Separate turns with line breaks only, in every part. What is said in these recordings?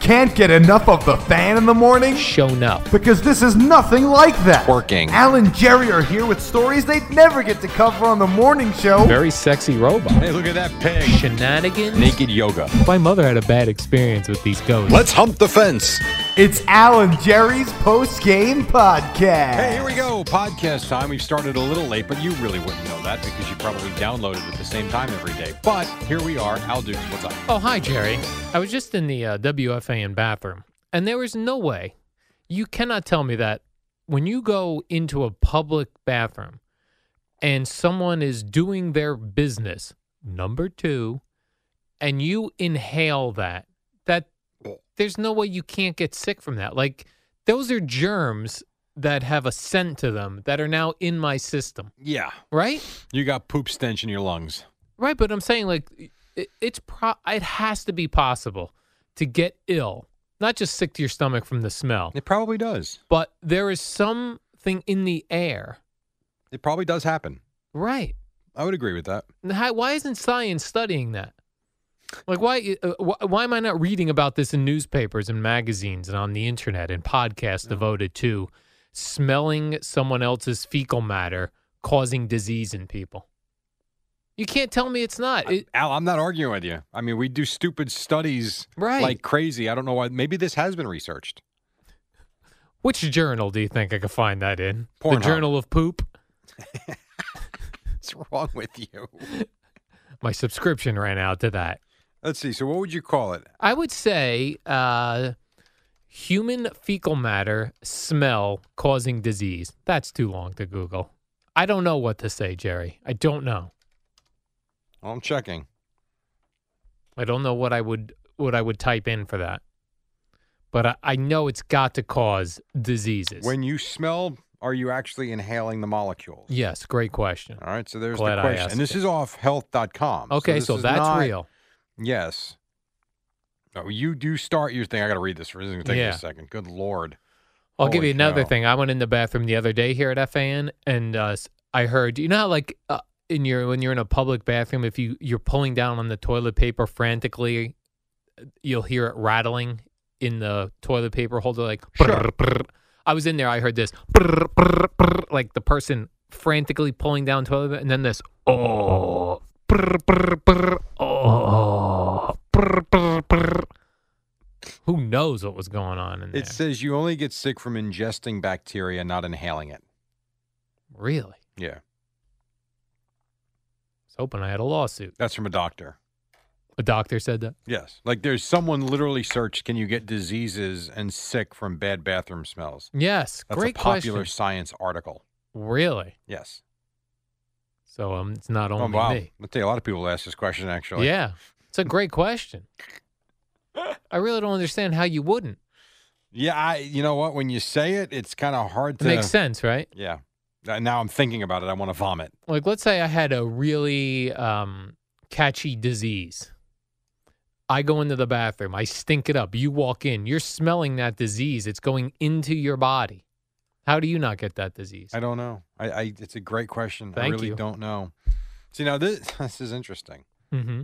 Can't get enough of the fan in the morning?
shown up.
Because this is nothing like that.
Working.
Al and Jerry are here with stories they'd never get to cover on the morning show.
Very sexy robot.
Hey, look at that pig.
Shenanigans.
Naked yoga.
My mother had a bad experience with these ghosts.
Let's hump the fence.
It's Al and Jerry's post game podcast.
Hey, here we go. Podcast time. We've started a little late, but you really wouldn't know that because you probably downloaded at the same time every day. But here we are. Al Dukes, what's up?
Oh, hi, Jerry. I was just in the uh, WFAN bathroom, and there was no way. You cannot tell me that when you go into a public bathroom and someone is doing their business, number two, and you inhale that, that there's no way you can't get sick from that. Like, those are germs that have a scent to them that are now in my system,
Yeah.
right?
You got poop stench in your lungs.
Right, but I'm saying like it, it's pro- it has to be possible to get ill, not just sick to your stomach from the smell,
It probably does.
but there is something in the air.
It probably does happen.
Right.
I would agree with that.
And How, why isn't science studying that? Like why uh, wh- why am I not reading about this in newspapers and magazines and on the internet and podcasts devoted to smelling someone else's fecal matter causing disease in people? You can't tell me it's not. It-
Al, I'm not arguing with you. I mean, we do stupid studies
Right.
like crazy. I don't know why. Maybe this has been researched.
Which journal do you think I could find that in?
Pornhub.
The Journal of Poop.
What's wrong with you?
My subscription ran out to that.
Let's see. So, what would you call it?
I would say uh, human fecal matter smell causing disease. That's too long to Google. I don't know what to say, Jerry. I don't know.
I'm checking.
I don't know what I would what I would type in for that. But I, I know it's got to cause diseases.
When you smell, are you actually inhaling the molecules?
yes, great question.
All right, so there's
Glad
the
I
question.
asked
And this
it.
is off health.com.
Okay,
this
so,
is
that's
not-
real.
Yes. Oh, you do start your thing. I got to read this. This is going to take me
Yeah.
a second. Good Lord.
I'll give
Holy
you another
cow.
thing. I went in the bathroom the other day here at FAN, and uh, s- I heard you know how like uh, in your when you're in a public bathroom, if you you're pulling down on the toilet paper frantically, uh, you'll hear it rattling in the toilet paper holder. Like, brr, brr. I was in there, I heard this, brr, brr, brr, like the person frantically pulling down toilet, paper, and then this, oh, brr, brr, brr, oh, brr, brr, brr. Who knows what was going on in there?
It says you only get sick from ingesting bacteria, not inhaling it.
really.
Yeah.
was hoping I had a lawsuit.
That's from a doctor.
A doctor said that.
Yes. Like there's someone literally searched can you get diseases and sick from bad bathroom smells?
Yes,
That's
great
a popular
question.
science article.
Really?
Yes.
So um, it's not
oh,
only
wow.
me.
I tell you, a lot of people ask this question, actually.
Yeah, it's a great question. I really don't understand how you wouldn't.
Yeah. I, you know what? When you say it, it's kind of hard
It
to.
makes sense, right?
Yeah. Uh, Now I'm thinking about it. I want to vomit.
Like, let's say I had a really um, catchy disease. I go into the bathroom. I stink it up. You walk in. You're smelling that disease. It's going into your body. How do you not get that disease?
I don't know. I, I it's a great question. I
Thank
really
you.
don't know. See now this this is interesting.
Mm-hmm.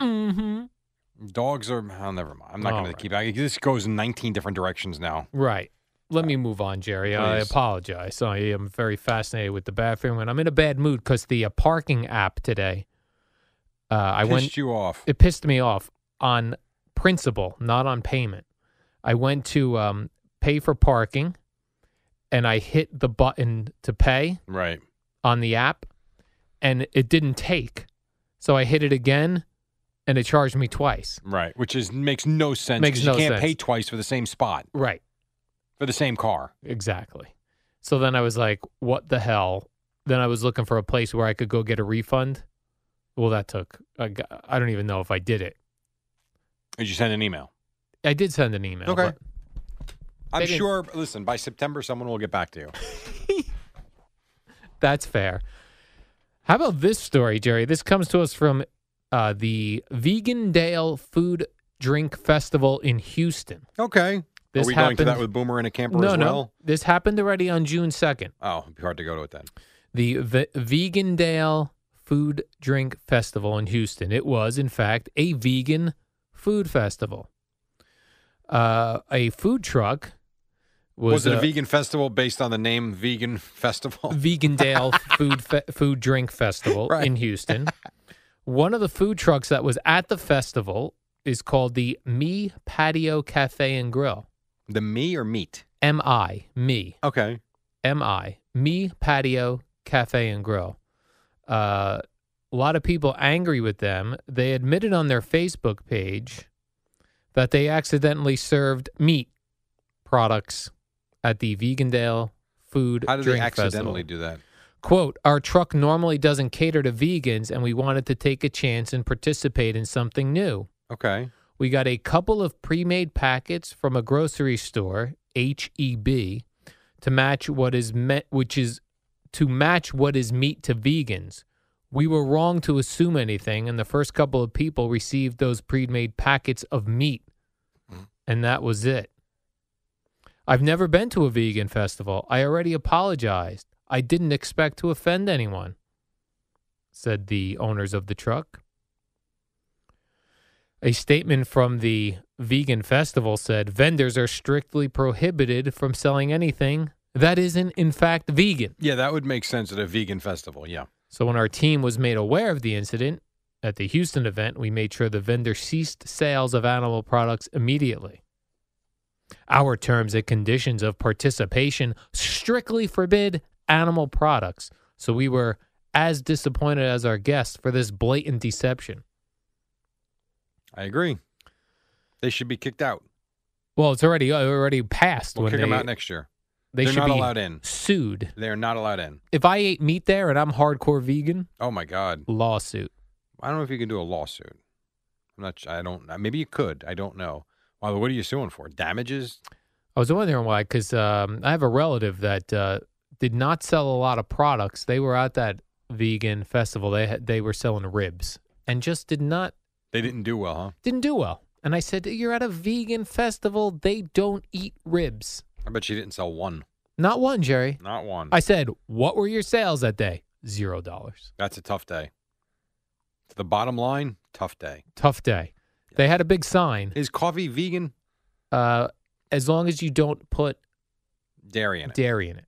Mm-hmm.
Dogs are. Oh, never mind. I'm not
All
going
right.
to keep. I, this goes in 19 different directions now.
Right. Let me move on, Jerry. I
Please.
apologize. I am very fascinated with the bathroom, and I'm in a bad mood because the uh, parking app today. Uh, I
I
went.
Pissed you off.
it pissed me off on principle, not on payment. I went to um, pay for parking, and I hit the button to pay
right.
on the app, and it didn't take. So I hit it again, and it charged me twice.
Right. Which is makes no sense.
Makes
'cause
no
you can't
sense.
pay twice for the same spot
Right.
for the same car.
Exactly. So then I was like, what the hell? Then I was looking for a place where I could go get a refund. Well, that took, I g- I don't even know if I did it.
Did you send an email?
I did send an email.
Okay.
but-
I'm
They didn't-
sure. Listen, by September, someone will get back to you.
That's fair. How about this story, Jerry? This comes to us from uh, the Vegan Dale Food Drink Festival in Houston.
Okay.
This
Are we going to
happened-
that with Boomer and a camper
No,
as
no.
well?
This happened already on June 2nd.
Oh, it'd be hard to go to it then.
the v- Vegan Dale Food Drink Festival in Houston. It was, in fact, a vegan food festival. Uh, a food truck was,
Was, it a
uh,
vegan festival based on the name Vegan Festival?
Vegan Dale Food Fe- Food Drink Festival
Right.
in Houston. One of the food trucks that was at the festival is called the Me Patio Cafe and Grill.
the me or meat?
M I Me.
Okay.
MI, Me Patio Cafe and Grill. Uh, a lot of people angry with them. They admitted on their Facebook page that they accidentally served meat products at the Vegandale Food
How did
Drink
they
Festival.
accidentally do that?
Quote, our truck normally doesn't cater to vegans and we wanted to take a chance and participate in something new.
Okay.
We got a couple of pre made packets from a grocery store, HEB, to match what is meant, which is to match what is meat to vegans. We were wrong to assume anything, and the first couple of people received those pre made packets of meat, and that was it. I've never been to a vegan festival. I already apologized. I didn't expect to offend anyone, said the owners of the truck. A statement from the vegan festival said vendors are strictly prohibited from selling anything that isn't, in fact, vegan.
Yeah, that would make sense at a vegan festival. Yeah.
So when our team was made aware of the incident at the Houston event, we made sure the vendor ceased sales of animal products immediately. Our terms and conditions of participation strictly forbid animal products. So we were as disappointed as our guests for this blatant deception.
I agree. They should be kicked out.
Well, it's already already passed
We'll
when
kick
they
them out next year.
they
They're
should
not
be
allowed in.
sued.
They are not allowed in.
If I ate meat there and I'm hardcore vegan,
Oh my God.
lawsuit.
I don't know if you can do a lawsuit. I'm not. I don't. Maybe you could. I don't know. Well, what are you suing for? Damages?
I was wondering why, because um, I have a relative that uh, did not sell a lot of products. They were at that vegan festival. They had, they were selling ribs and just did not
They didn't do well, huh?
didn't do well. And I said, "You're at a vegan festival. They don't eat ribs.
I bet she didn't sell one.
Not one, Jerry."
Not one.
I said, "What were your sales that day? Zero dollars.
That's a tough day. To the bottom line, tough day.
Tough day." They had a big sign.
Is coffee vegan?
Uh, as long as you don't put
Dairy in it.
dairy in it.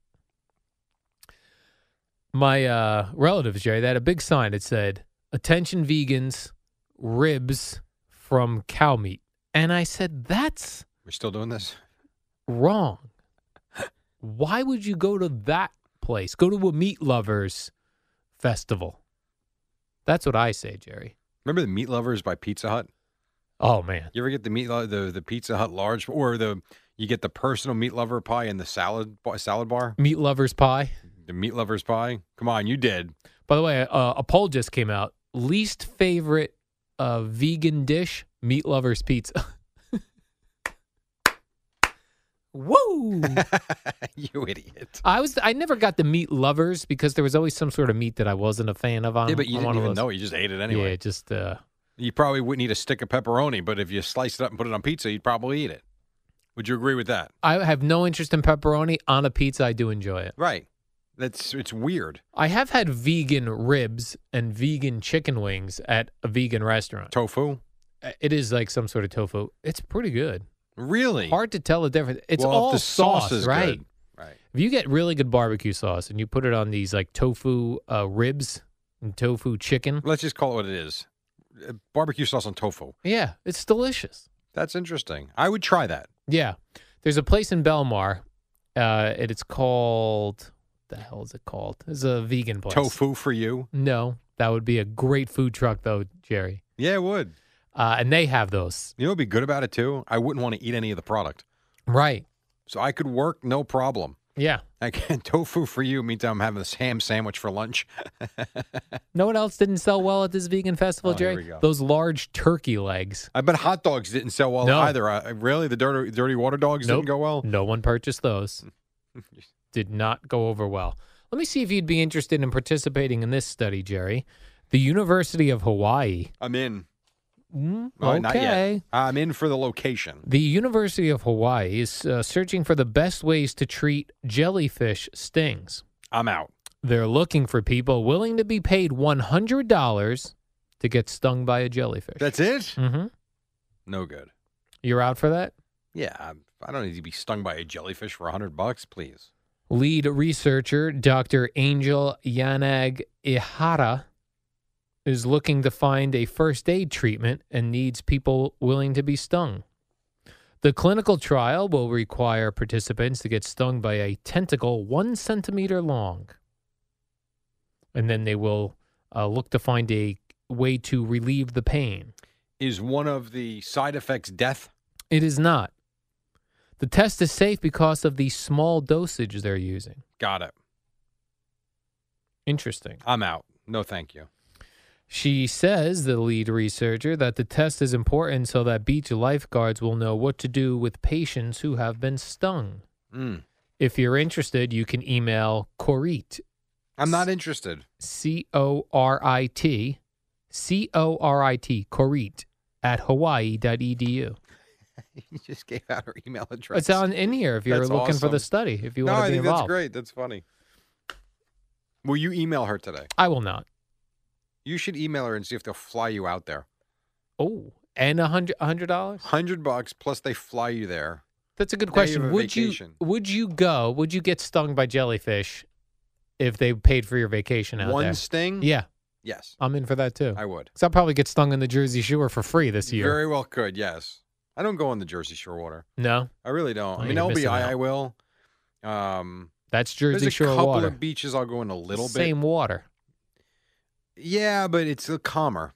My uh, relatives, Jerry, they had a big sign that said, Attention vegans, ribs from cow meat. And I said, That's
We're still doing this.
wrong. Why would you go to that place? Go to a meat lovers festival. That's what I say, Jerry.
Remember the meat lovers by Pizza Hut?
Oh, man.
You ever get the meat lo- the the Pizza Hut large or the you get the personal meat lover pie and the salad bar, salad bar?
Meat lovers pie.
The meat lovers pie? Come on, you did.
By the way, uh, a poll just came out. Least favorite uh, vegan dish: meat lovers pizza. Woo!
you idiot.
I was I never got the meat lovers because there was always some sort of meat that I wasn't a fan of. On
yeah, but you
on
didn't
one of
even
those.
know it. You just ate it
Yeah,
anyway.
just uh,
You probably wouldn't eat a stick of pepperoni, but if you sliced it up and put it on pizza, you'd probably eat it. Would you agree with that?
I have no interest in pepperoni on a pizza. I do enjoy it.
Right. That's it's weird.
I have had vegan ribs and vegan chicken wings at a vegan restaurant.
Tofu.
uh, it is like some sort of tofu. It's pretty good.
Really?
Hard to tell the difference. It's
Well, if
all
the sauce
sauce,
is
right?
good. Right.
If you get really good barbecue sauce and you put it on these like tofu uh, ribs and tofu chicken,
Let's just call it what it is. Uh, Barbecue sauce on tofu.
yeah, it's delicious.
That's interesting. I would try that.
Yeah. There's a place in Belmar, uh, and it's called what the hell is it called? It's a vegan place.
Tofu for you?
No, that would be a great food truck though, Jerry.
Yeah, it would.
Uh, and they have those.
You know, what would be good about it too. I wouldn't want to eat any of the product,
Right.
so I could work no problem.
Yeah.
Again, tofu for you. Meantime, I'm having this ham sandwich for lunch.
No one else didn't sell well at this vegan festival,
Oh, here we
Jerry.
go.
Those large turkey legs.
I bet hot dogs didn't sell well
No.
either. I, really, the dirty, dirty water dogs
Nope.
didn't go well.
No one purchased those. Did not go over well. Let me see if you'd be interested in participating in this study, Jerry. The University of Hawaii.
I'm in.
Mm,
Well, Oh, Not
okay.
yet. I'm in for the location.
The University of Hawaii is uh, searching for the best ways to treat jellyfish stings.
I'm out.
They're looking for people willing to be paid $100 to get stung by a jellyfish.
That's it.
hmm
No good.
You're out for that?
Yeah, I'm- I don't need to be stung by a jellyfish for a hundred bucks, please.
Lead researcher Dr. Angel Yanag Ihara is looking to find a first aid treatment and needs people willing to be stung. The clinical trial will require participants to get stung by a tentacle one centimeter long. And then they will uh, look to find a way to relieve the pain.
Is one of the side effects death?
It is not. The test is safe because of the small dosage they're using.
Got it.
Interesting.
I'm out. No, thank you.
She says, the lead researcher, that the test is important so that beach lifeguards will know what to do with patients who have been stung.
Mm.
If you're interested, you can email Corit,
I'm not interested.
C O R I T, C O R I T, Corit, at hawaii.edu.
You just gave out her email address.
It's on in here if you're
That's
looking for
awesome.
the study, if you
no,
want
I
to be
think that's
involved.
great. That's funny. Will you email her today?
I will not.
You should email her and see if they'll fly you out there.
Oh, and a hundred a hundred dollars?
Hundred bucks plus they fly you there.
That's a good
Now you
question.
have a
Would
vacation.
you would you go? Would you get stung by jellyfish if they paid for your vacation out
One
there?
sting?
Yeah,
Yes,
I'm in for that too.
I would.
Because I'll probably get stung in the Jersey Shore for free this year.
Very well could, yes. I don't go on the Jersey Shore water.
no,
I really don't.
Oh,
I mean
you're
LBI
missing out.
I will. Um
that's Jersey
there's a
Shore
couple
water.
of beaches I'll go in a little
Same water.
bit. Yeah, but it's a calmer.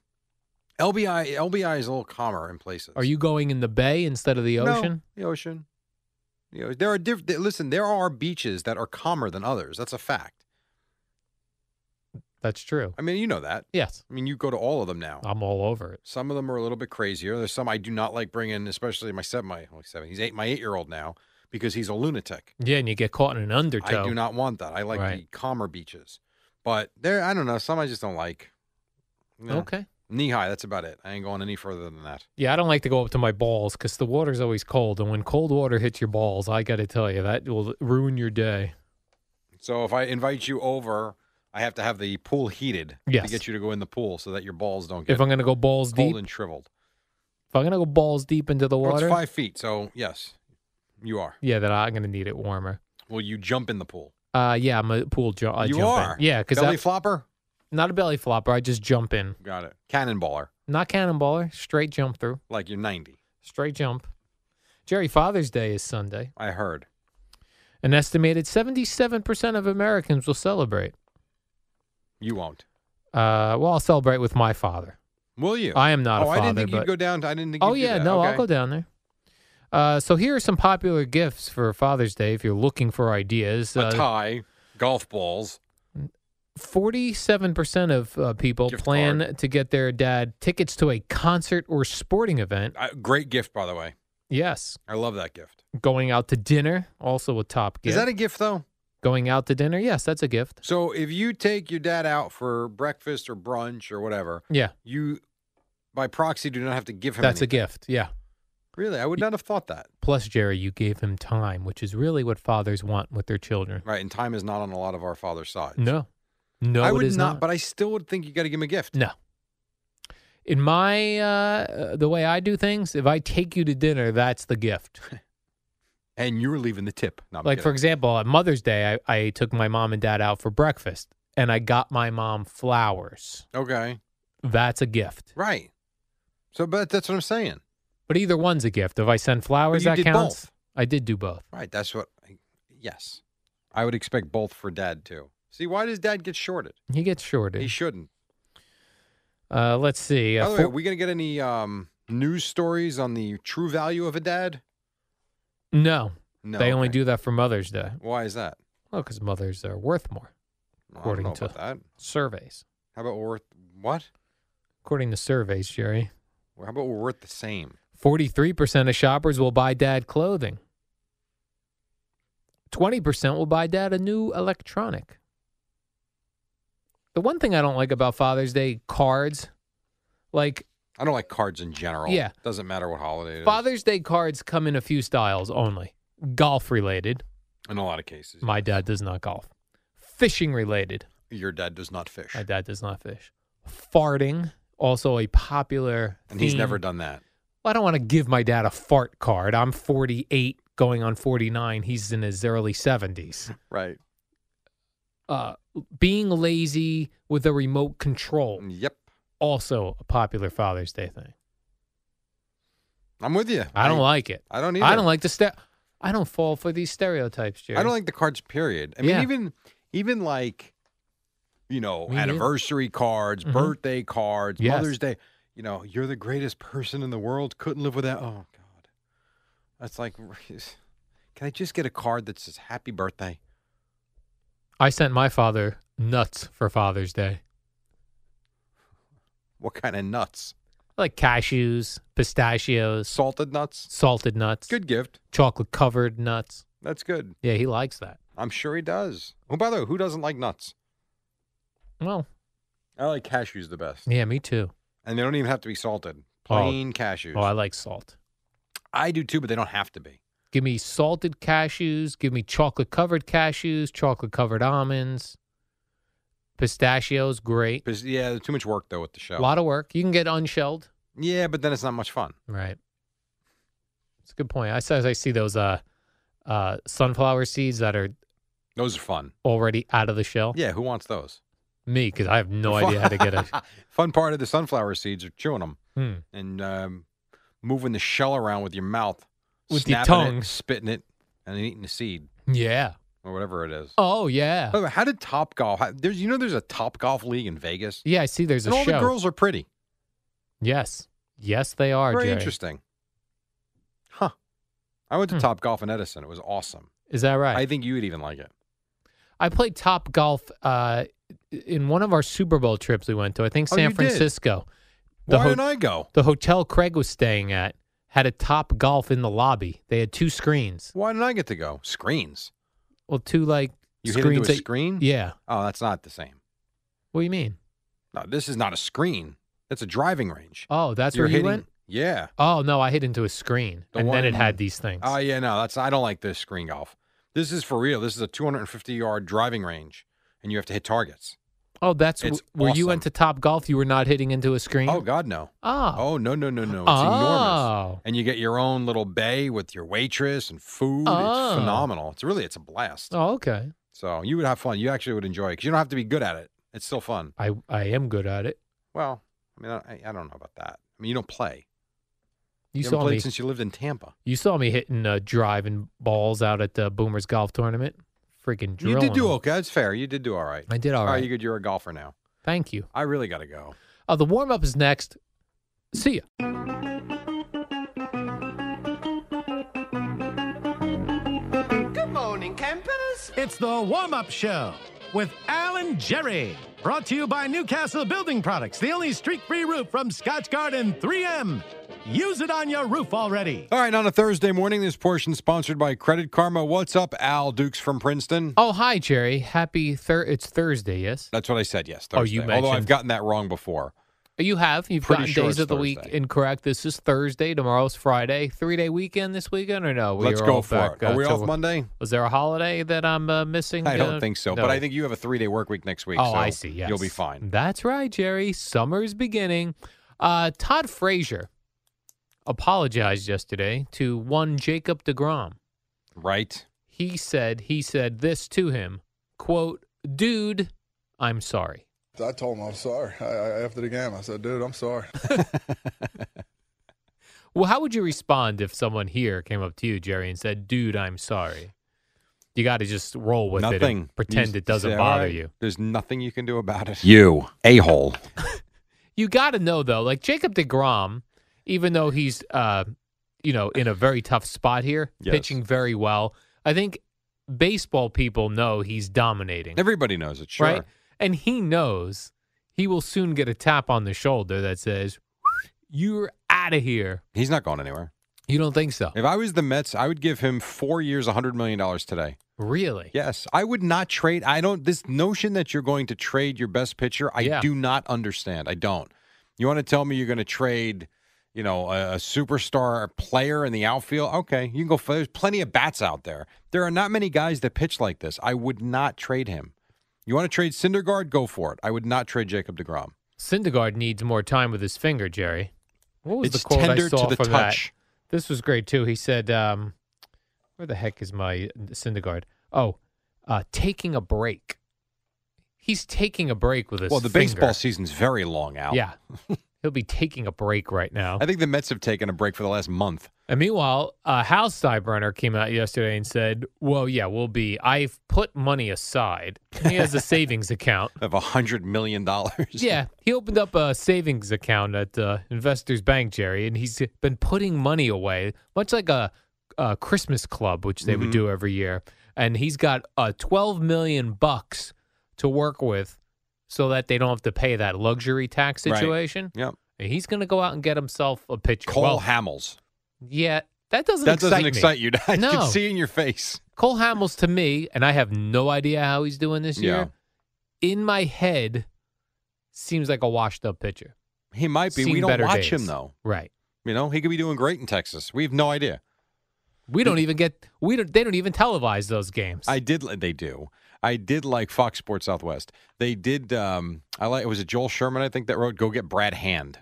LBI LBI is a little calmer in places.
Are you going in the bay instead of the
No,
ocean?
the ocean. You know, there are diff- th- listen, there are beaches that are calmer than others. That's a fact.
That's true.
I mean, you know that.
Yes,
I mean, you go to all of them now.
I'm all over it.
Some of them are a little bit crazier. There's some I do not like bringing, especially my seven, my only seven. He's eight, my eight-year-old now because he's a lunatic.
Yeah, and you get caught in an undertow.
I do not want that. I like the
Right.
calmer beaches, but there, I don't know. Some I just don't like.
Okay.
knee high. That's about it. I ain't going any further than that.
Yeah, I don't like to go up to my balls because the water's always cold, and when cold water hits your balls, I got to tell you that will ruin your day.
So if I invite you over, I have to have the pool heated
Yes.
to get you to go in the pool so that your balls don't get
If I'm going to go balls
cold
deep,
and shriveled.
If I'm gonna go balls deep into the
Well,
water,
it's five feet, so yes, you are.
yeah, then I'm gonna need it warmer.
Will you jump in the pool?
Uh, yeah, I'm a pool ju- I
you
jump in.
are.
Yeah, because
belly
I'm
flopper.
not a belly flopper. I just jump in,
Got it. Cannonballer,
not cannonballer, straight jump through,
like you're 90.
straight jump. Jerry, Father's Day is Sunday.
I heard.
An estimated 77% of Americans will celebrate.
You won't.
Uh, well, I'll celebrate with my father.
Will you?
I am not
oh,
a father,
I didn't think
but
you'd go down. To, I didn't think.
oh
you'd do
yeah,
that.
no,
okay.
I'll go down there. Uh, so here are some popular gifts for Father's Day if you're looking for ideas.
A
Uh,
tie, golf balls.
Forty-seven percent of uh, people
Gift
plan to get their dad tickets to a concert or sporting event.
Uh, great gift, by the way.
Yes,
I love that gift.
going out to dinner also a top gift.
Is that a gift though?
going out to dinner? Yes, that's a gift.
So if you take your dad out for breakfast or brunch or whatever,
Yeah,
you by proxy do not have to give him.
that's a
anything.
gift. Yeah.
Really, I would not have thought that.
Plus, Jerry, you gave him time, which is really what fathers want with their children.
Right, and time is not on a lot of our father's sides.
No, no,
I
it
would
is
not, but I still would think you got to give him a gift.
no. in my uh, the way I do things, if I take you to dinner, that's the gift.
And you were leaving the tip. No, I'm
Like for
kidding.
example, on Mother's Day, I, I took my mom and dad out for breakfast, and I got my mom flowers.
Okay.
That's a gift.
Right. So, but that's what I'm saying.
But either one's a gift. If I send flowers,
you
that
did
counts.
both.
I did do both.
Right. That's what. I, yes. I would expect both for dad too. See, why does dad get shorted?
He gets
He
shorted.
shouldn't.
Uh, let's see.
By
Uh,
the way,
four-
are we gonna get any um, news stories on the true value of a dad?
no,
No.
they only
okay.
do that for Mother's Day.
Why is that?
Well, because mothers are worth more.
Well,
According
I don't know
to-
about that.
Surveys,
How about we're worth what?
according to surveys, Jerry,
How about we're worth the same?
forty-three percent of shoppers will buy dad clothing. Twenty percent will buy dad a new electronic. The one thing I don't like about Father's Day cards, like
I don't like cards in general.
Yeah.
Doesn't matter what holiday it is.
Father's Day cards, come in a few styles only. Golf related.
In a lot of cases.
My dad does not golf. Fishing related.
Your dad does not fish.
My dad does not fish. Farting, also a popular.
And he's
theme.
never done that.
I don't want to give my dad a fart card. I'm 48, going on 49. He's in his early 70s.
Right.
Uh, being lazy with a remote control,
Yep.
also a popular Father's Day thing.
I'm with you.
I don't like it.
I don't either.
I don't like the ste- I don't fall for these stereotypes, Jerry.
I don't like the cards. Period. I mean,
Yeah.
even even like you know
Me neither.
anniversary cards,
Mhm.
birthday cards,
Yes.
Mother's Day. You know, you're the greatest person in the world. Couldn't live without. Oh God, that's like. Can I just get a card that says "Happy Birthday"?
I sent my father nuts for Father's Day,
What kind of nuts?
like cashews, pistachios,
Salted nuts.
salted nuts,
Good gift.
chocolate covered nuts.
That's good.
Yeah, he likes that.
I'm sure he does. Oh, by the way, who doesn't like nuts?
Well,
I like cashews the best,
yeah, me too.
and they don't even have to be salted.
Oh.
Plain cashews.
Oh, I like salt.
I do too, but they don't have to be.
Give me salted cashews. Give me chocolate covered cashews, chocolate covered almonds, pistachios. Great.
Because yeah, too much work though with the show.
A lot of work. You can get unshelled.
Yeah, but then it's not much fun.
Right. It's a good point. I says I see those uh, uh, sunflower seeds that are
Those are fun.
already out of the shell.
Yeah, who wants those?
Me, because I have no idea how to get a.
fun part of the sunflower seeds are chewing them
Hmm.
and um, moving the shell around with your mouth,
With your
snapping it,
tongue.
spitting it, and then eating the seed
Yeah.
or whatever it is.
Oh yeah.
By the way, how did Top Golf? How, there's you know there's a Top Golf league in Vegas,
Yeah, I see. There's a
and all
show.
the girls are pretty.
yes. Yes, they are.
Very
Jerry.
interesting. Huh. I went to
Hmm.
Top Golf in Edison. It was awesome.
Is that right?
I think you would even like it.
I played top golf uh, in one of our Super Bowl trips we went to. I think
Oh,
San
you did?
Francisco. The
Why
ho-
didn't I go?
The hotel Craig was staying at had a top golf in the lobby. They had two screens.
Why didn't I get to go? Screens.
Well, two like
You hit
screens.
into a
that-
screen?
Yeah.
Oh, that's not the same.
What do you mean?
No, this is not a screen. That's a driving range.
Oh, that's
You're
where
hitting,
you went.
Yeah.
Oh no, I hit into a screen,
The
and
one-
then it had these things.
Oh, yeah. No, that's I don't like this screen golf. This is for real. This is a 250 yard driving range, and you have to hit targets.
oh, that's
It's
wh- where you
awesome.
went to top golf. You were not hitting into a screen.
Oh God, no.
Oh.
Oh no, no, no, no. It's enormous.
Oh.
And you get your own little bay with your waitress and food.
Oh.
It's phenomenal. It's really it's a blast.
Oh, okay.
So you would have fun. You actually would enjoy it because you don't have to be good at it. It's still fun.
I I am good at it.
Well, I mean, I, I don't know about that. I mean, you don't play.
You
haven't
saw
played
me.
since you lived in Tampa.
You saw me hitting uh, driving balls out at the Boomers golf tournament. Freaking
You
drilling.
did do
them.
okay. That's fair. You did do all right.
I did all right.
you good? You're a golfer now.
Thank you.
I really got to go.
Uh, the warm up is next. See ya.
It's the warm up show with Alan Jerry. Brought to you by Newcastle Building Products, the only streak free roof from Scotch Garden 3M. Use it on your roof already.
All right, and on a Thursday morning, this portion sponsored by Credit Karma. What's up, Al Dukes from Princeton?
Oh, hi, Jerry. Happy thir- It's Thursday, yes?
That's what I said. Yes, Thursday.
Oh, you
Although I've
mentioned-
gotten that wrong before.
You have. You've
Pretty
gotten
sure
days
it's
of the week
Thursday.
incorrect. This is Thursday. Tomorrow's Friday. Three day weekend this weekend, or no? We
Let's
are
go
all
for
back,
it. Are
uh,
we
till-
off Monday?
Was there a holiday that I'm uh, missing?
I don't
Uh,
think so,
no.
but I think you have a three-day work week next week.
Oh,
so
I see. Yes.
You'll be fine.
That's right, Jerry. Summer's beginning. Uh, Todd Frazier apologized yesterday to one Jacob DeGrom.
Right.
He said he said this to him, quote, "Dude, I'm sorry."
I told him I'm sorry. I, I, after the game, I said, "Dude, I'm sorry."
Well, how would you respond if someone here came up to you, Jerry, and said, "Dude, I'm sorry"? You got to just roll with it
nothing.
and pretend
You
it doesn't
say, "All
bother
right,
you.
There's nothing you can do about it. You a hole.
You got to know though, like Jacob DeGrom, even though he's uh, you know, in a very tough spot here,
Yes.
pitching very well. I think baseball people know he's dominating,
Everybody knows it. Sure.
right? And he knows he will soon get a tap on the shoulder that says, "You're out of here."
He's not going anywhere.
You don't think so?
If I was the Mets, I would give him four years, hundred million dollars today.
Really?
Yes, I would not trade. I don't. This notion that you're going to trade your best pitcher, I
Yeah.
do not understand. I don't. You want to tell me you're going to trade, you know, a, a superstar player in the outfield? Okay, you can go. For, there's plenty of bats out there. There are not many guys that pitch like this. I would not trade him. You want to trade Syndergaard? Go for it. I would not trade Jacob Degrom.
Syndergaard needs more time with his finger, Jerry. What was
It's
the quote
tender
I saw
to the
from
touch.
that? This was great too. He said, um, "Where the heck is my Syndergaard? Oh, uh, taking a break. He's taking a break with his.
Well, the
finger.
baseball season's very long out.
Yeah, he'll be taking a break right now.
I think the Mets have taken a break for the last month.
And meanwhile, uh, Hal Steinbrenner came out yesterday and said, "Well, yeah, we'll be. I've put money aside. He has a savings account.
of a hundred million dollars.
Yeah, he opened up a savings account at uh, Investors Bank, Jerry, and he's been putting money away, much like a, a Christmas club, which they
Mm-hmm.
would do every year. And he's got uh, twelve million bucks to work with, so that they don't have to pay that luxury tax
Right.
situation.
Yep.
And he's going to go out and get himself a pitcher.
Cole
well,
Hamels.
yeah, that doesn't
That
excite
doesn't
me.
excite you. I
No.
can see in your face.
Cole Hamels to me, and I have no idea how he's doing this year. In my head, seems like a washed-up pitcher.
He might be.
Seen
we don't
better
watch him
days.
though.
Right.
You know, he could be doing great in Texas. We have no idea.
We don't even get we don't they don't even televise those games.
I did. li- They do. I did like Fox Sports Southwest. They did. Um, I like. Was it Joel Sherman? I think that wrote. Go get Brad Hand.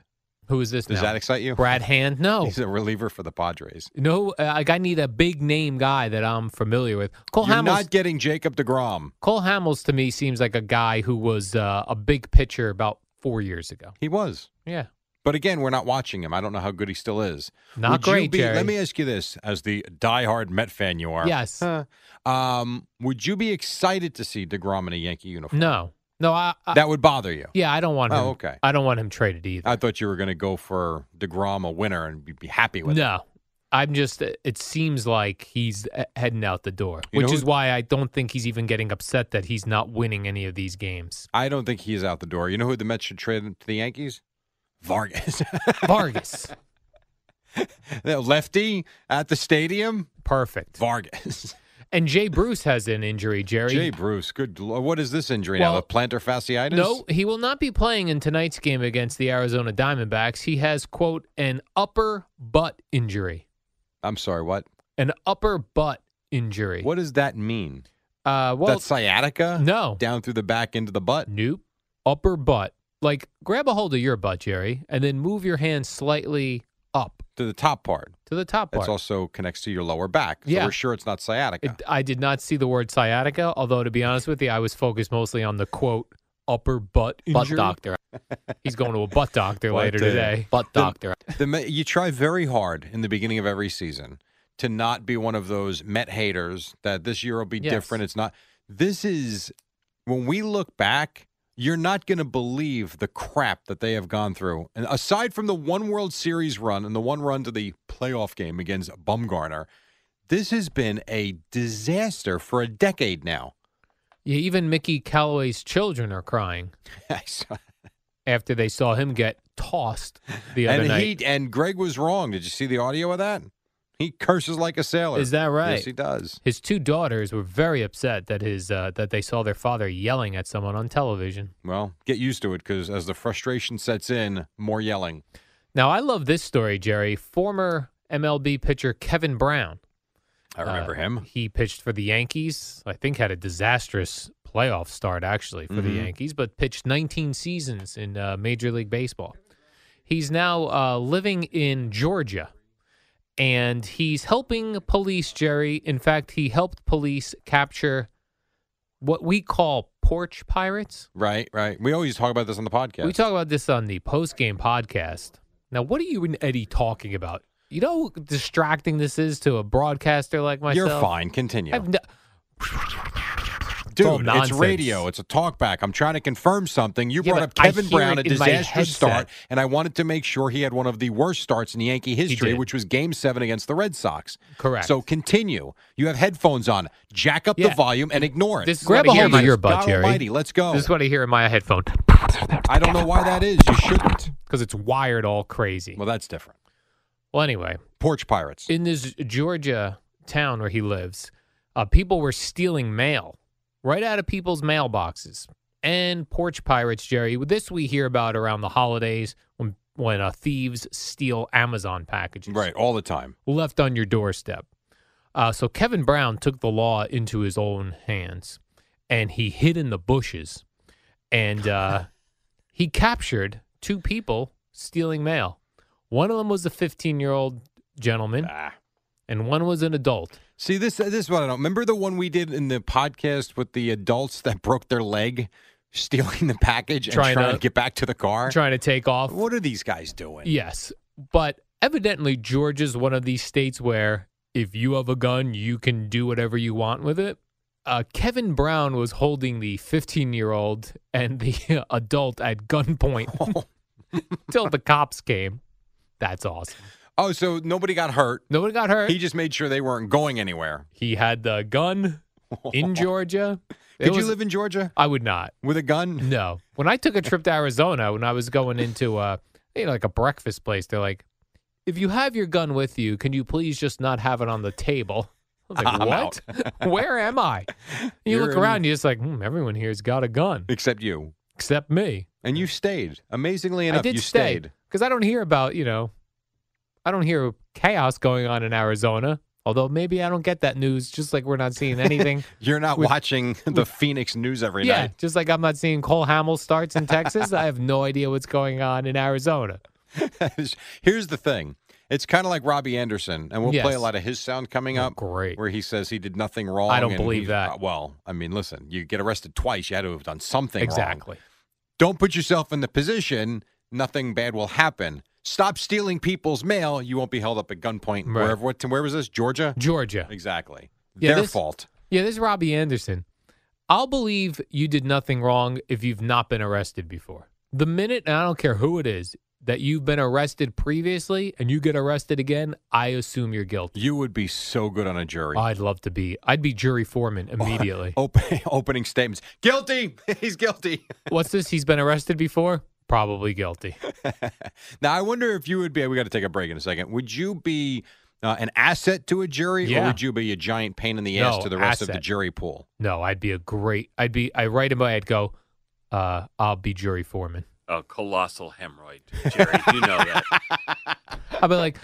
Who is this?
Does
now?
that excite you?
Brad Oh. Hand? No,
He's a reliever for the Padres.
no. uh, Like I need a big name guy that I'm familiar with. Cole
You're
Hamels.
not getting Jacob Degrom.
Cole Hamels to me seems like a guy who was uh, a big pitcher about four years ago.
He was.
Yeah,
But again, we're not watching him. I don't know how good he still is.
Not
Would you
great,
be-
Jerry.
Let me ask you this: as the diehard Met fan you are,
Yes.
huh, um, would you be excited to see Degrom in a Yankee uniform?
no, no. I, I
that would bother you.
yeah, I don't want him.
Oh, okay.
I don't want him traded either.
I thought you were going to go for Degrom a winner and be, be happy with it.
no, I'm just. It seems like he's uh, heading out the door,
You
which
know
is
who-
why I don't think he's even getting upset that he's not winning any of these games.
I don't think he's out the door. You know who the Mets should trade to the Yankees? Vargas,
Vargas,
That lefty at the stadium.
perfect.
Vargas,
And Jay Bruce has an injury, Jerry.
Jay Bruce. Good. lo- What is this injury now?
Well,
The plantar fasciitis.
no, he will not be playing in tonight's game against the Arizona Diamondbacks. He has, quote, an upper butt injury.
I'm sorry. What?
An upper butt injury.
What does that mean?
Uh, well,
that sciatica?
no.
Down through the back into the butt?
Nope. Upper butt. Like, grab a hold of your butt, Jerry, and then move your hand slightly up
To the top part.
to the top
That's
part.
also connects to your lower back. So
Yeah.
we're sure it's not sciatica.
It- I did not see the word sciatica, although, to be honest with you, I was focused mostly on the, quote, upper butt
Butt
injury.
doctor.
He's going to a butt doctor
But,
later
uh,
today.
Butt doctor.
The Met, you try very hard in the beginning of every season to not be one of those Met haters that this year will be
Yes.
different. It's not. This is when we look back. You're not going to believe the crap that they have gone through. And aside from the one World Series run and the one run to the playoff game against Bumgarner, this has been a disaster for a decade now.
Yeah, even Mickey Callaway's children are crying
I saw-
after they saw him get tossed the other
and
night.
he and Greg was wrong. Did you see the audio of that? He curses like a sailor.
Is that right?
Yes, he does.
his two daughters were very upset that his uh, that they saw their father yelling at someone on television.
Well, get used to it because as the frustration sets in, more yelling.
Now, I love this story, Jerry. Former MLB pitcher Kevin Brown.
I remember
uh,
him.
He pitched for the Yankees. I think had a disastrous playoff
Mm-hmm.
start actually for the Yankees, but pitched 19 seasons in uh, Major League Baseball. He's now uh, living in Georgia and he's helping police Jerry. In fact, he helped police capture what we call porch pirates.
Right, right. We always talk about this on the podcast.
We talk about this on the post game podcast. Now, what are you and Eddie talking about? You know how distracting this is to a broadcaster like myself?
You're fine. Continue.
I've no- all
Dude, it's
nonsense.
radio. It's a talk back. I'm trying to confirm something. You
Yeah,
brought
but
up
I
Kevin
hear
Brown, a
it in my
disastrous
headset.
start, and I wanted to make sure he had one of the worst starts in Yankee history,
did.
which was game seven against the Red Sox.
Correct.
So continue. You have headphones on. Jack up
Yeah.
the volume and ignore it.
This is
Grab
what I
a
hear
hold
in
of
my
this.
earbud,
God
Jerry.
Almighty, let's go.
This is what I hear in my headphone
I don't know why that is. You shouldn't.
because it's wired all crazy.
Well, that's different.
well anyway,
Porch Pirates.
in this Georgia town where he lives, uh, people were stealing mail right out of people's mailboxes and porch pirates. Jerry, this we hear about around the holidays when when uh, thieves steal Amazon packages
right, all the time.
left on your doorstep. Uh, so Kevin Brown took the law into his own hands, and he hid in the bushes, and uh, he captured two people stealing mail. One of them was a 15-year-old gentleman,
Ah.
and one was an adult.
See this. This is what I don't remember. The one we did in the podcast with the adults that broke their leg, stealing the package and
Trying
trying,
to-
to, get back to the car.
Trying to take off.
what are these guys doing?
Yes, but evidently Georgia's one of these states where if you have a gun, you can do whatever you want with it. Uh, Kevin Brown was holding the 15 year old and the adult at gunpoint till the cops came. That's awesome.
Oh, so nobody got hurt.
Nobody got hurt.
He
He,
just made sure they weren't going anywhere.
had the gun in Georgia. It
Did
was-
you live in Georgia
I would not.
with a gun?
No. When I took a trip to Arizona, when I was going into uh you know, like a breakfast place, they're like, "If you have your gun with you, can you please just not have it on the table?" I was like,
I'm
"What? Where am I?" You
You're
look
in-
around, you're just like, hmm, "Everyone here's got a gun,
Except you.
except me."
And you stayed. Amazingly enough,
I did
you
stay
stayed.
because I don't hear about you know, I don't hear chaos going on in Arizona. Although maybe I don't get that news, just like we're not seeing anything.
You're not
With-
watching the Phoenix news every
yeah,
night.
just like I'm not seeing Cole Hamill starts in Texas. I have no idea what's going on in Arizona.
Here's the thing. It's kind of like Robbie Anderson, and we'll play
Yes.
a lot of his sound coming
Oh,
up.
great.
Where he says he did nothing wrong.
I don't
and
believe
he-
that.
uh, Well, I mean, listen, you get arrested twice, you had to have done something wrong.
exactly.
Don't put yourself in the position, nothing bad will happen. Stop stealing people's mail, you won't be held up at gunpoint.
Right.
Wherever, what, where was this? Georgia?
Georgia.
Exactly.
Yeah,
Their
this-
fault.
Yeah, this is Robbie Anderson. I'll believe you did nothing wrong if you've not been arrested before. The minute, and I don't care who it is, that you've been arrested previously and you get arrested again, I assume you're guilty.
You would be so good on a jury.
I'd love to be. I'd be jury foreman immediately.
Open, opening statements. Guilty. He's guilty.
What's this? He's been arrested before? Probably guilty.
now I wonder if you would be. We got to take a break in a second. Would you be uh, an asset to a jury,
Yeah.
or would you be a giant pain in the
No,
ass to the rest of the
asset.
jury pool?
No, I'd be a great. I'd be. I write him. I'd go. Uh, I'll be jury foreman.
a colossal hemorrhoid, Jerry. You know that.
I'd be like.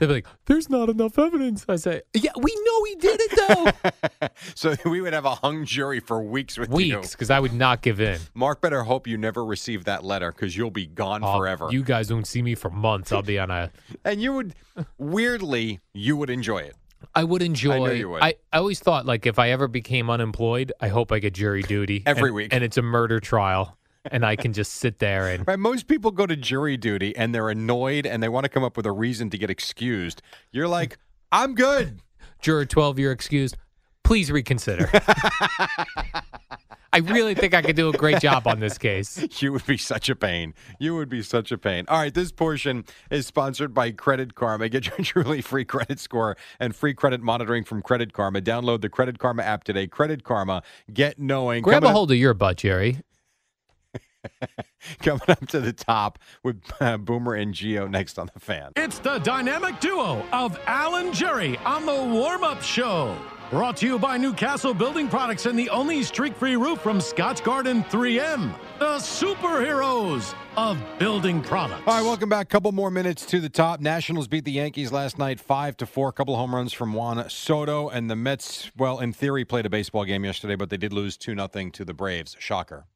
They'd be like, "There's not enough evidence." I say, "Yeah, we know he did it though."
so we would have a hung jury for weeks with you.
Weeks, because I would not give in.
Mark, better hope you never receive that letter because you'll be gone
I'll-
forever.
You guys won't see me for months. I'll be on a.
and you would, weirdly, you would enjoy it.
I would enjoy.
you would.
I, I always thought like if I ever became unemployed, I hope I get jury duty
Every
and-
week.
and it's a murder trial, and I can just sit there and.
Right? Most people go to jury duty and they're annoyed and they want to come up with a reason to get excused. You're like, I'm good.
juror 12 you're excused please reconsider i really think i could do a great job on this case
You would be such a pain. You would be such a pain. All right, this portion is sponsored by Credit Karma. Get your truly free credit score and free credit monitoring from Credit Karma. Download the Credit Karma app today. Credit Karma, get knowing.
grab
Coming
a
up-
hold of your butt jerry
coming up to the top with uh, Boomer and Geo next on the fan.
It's the dynamic duo of Alan Jerry on the warm up show. Brought to you by Newcastle Building Products and the only streak free roof from Scotch Garden 3M, the superheroes of building products.
All right, welcome back. Couple more minutes to the top. Nationals beat the Yankees last night, five to four. Couple home runs from Juan Soto, and the Mets. Well, in theory, played a baseball game yesterday, but they did lose two nothing to the Braves. Shocker.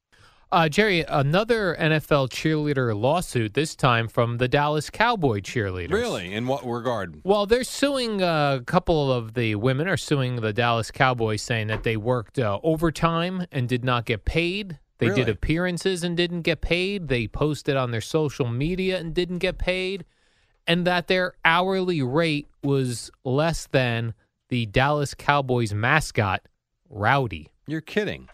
Uh, Jerry, another NFL cheerleader lawsuit, this time from the Dallas Cowboy cheerleaders.
Really? In what regard?
Well, they're suing uh, a couple of the women are suing the Dallas Cowboys, saying that they worked uh, overtime and did not get paid. They did
Really?
appearances and didn't get paid. They posted on their social media and didn't get paid, and that their hourly rate was less than the Dallas Cowboys mascot, Rowdy.
You're kidding.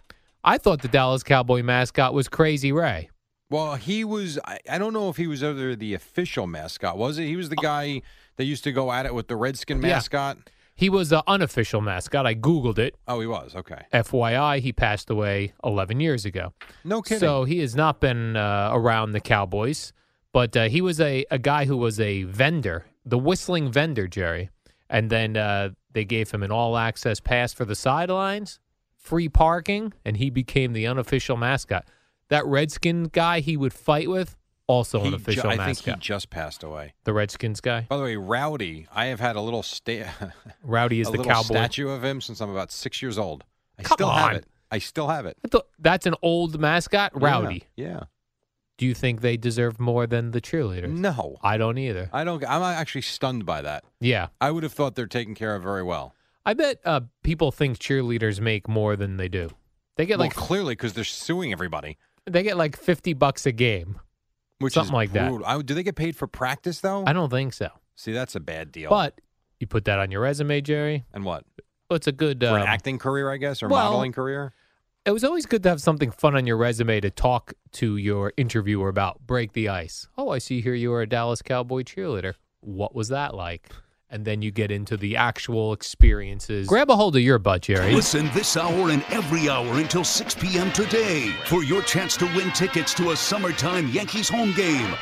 I thought the Dallas Cowboy mascot was Crazy Ray.
Well, he was. I, I don't know if he was ever the official mascot. Was he? He was the guy that used to go at it with the Redskin
Oh. Yeah.
mascot.
He was an unofficial mascot. I Googled it.
Oh, he was. Okay.
FYI, he passed away 11 years ago.
No kidding.
So he has not been uh, around the Cowboys, but uh, he was a, a guy who was a vendor, the whistling vendor, Jerry. And then uh, they gave him an all access pass for the sidelines, free parking, and he became the unofficial mascot. That Redskin guy he would fight with, also
He
an
ju-
official
I think he
mascot.
just passed away.
the Redskins guy.
By the way, Rowdy, I have had a little sta-
Rowdy is
a
the
little
cowboy.
statue of him since I'm about six years old. I
Come
still
on.
have it. I still have it.
I thought- That's an old mascot, Rowdy.
Yeah. Yeah.
Do you think they deserve more than the cheerleaders?
No,
I don't either.
I don't. I'm actually stunned by that.
Yeah.
I would have thought they're taken care of very well.
I bet uh, people think cheerleaders make more than they do. They get
well,
like
clearly because they're suing everybody,
they get like 50 bucks a game.
which
Something
is
like that.
brutal. I, do they get paid for practice though?
I don't think so.
See, that's a bad deal.
But you put that on your resume, Jerry.
and what?
Well, it's a good
For
um,
an acting career, I guess, or
well-
modeling career.
It was always good to have something fun on your resume to talk to your interviewer about. Break the ice. Oh, I see here you are a Dallas Cowboy cheerleader. What was that like? And then you get into the actual experiences. Grab a hold of your butt, Jerry.
Listen this hour and every hour until 6 p.m. today for your chance to win tickets to a summertime Yankees home game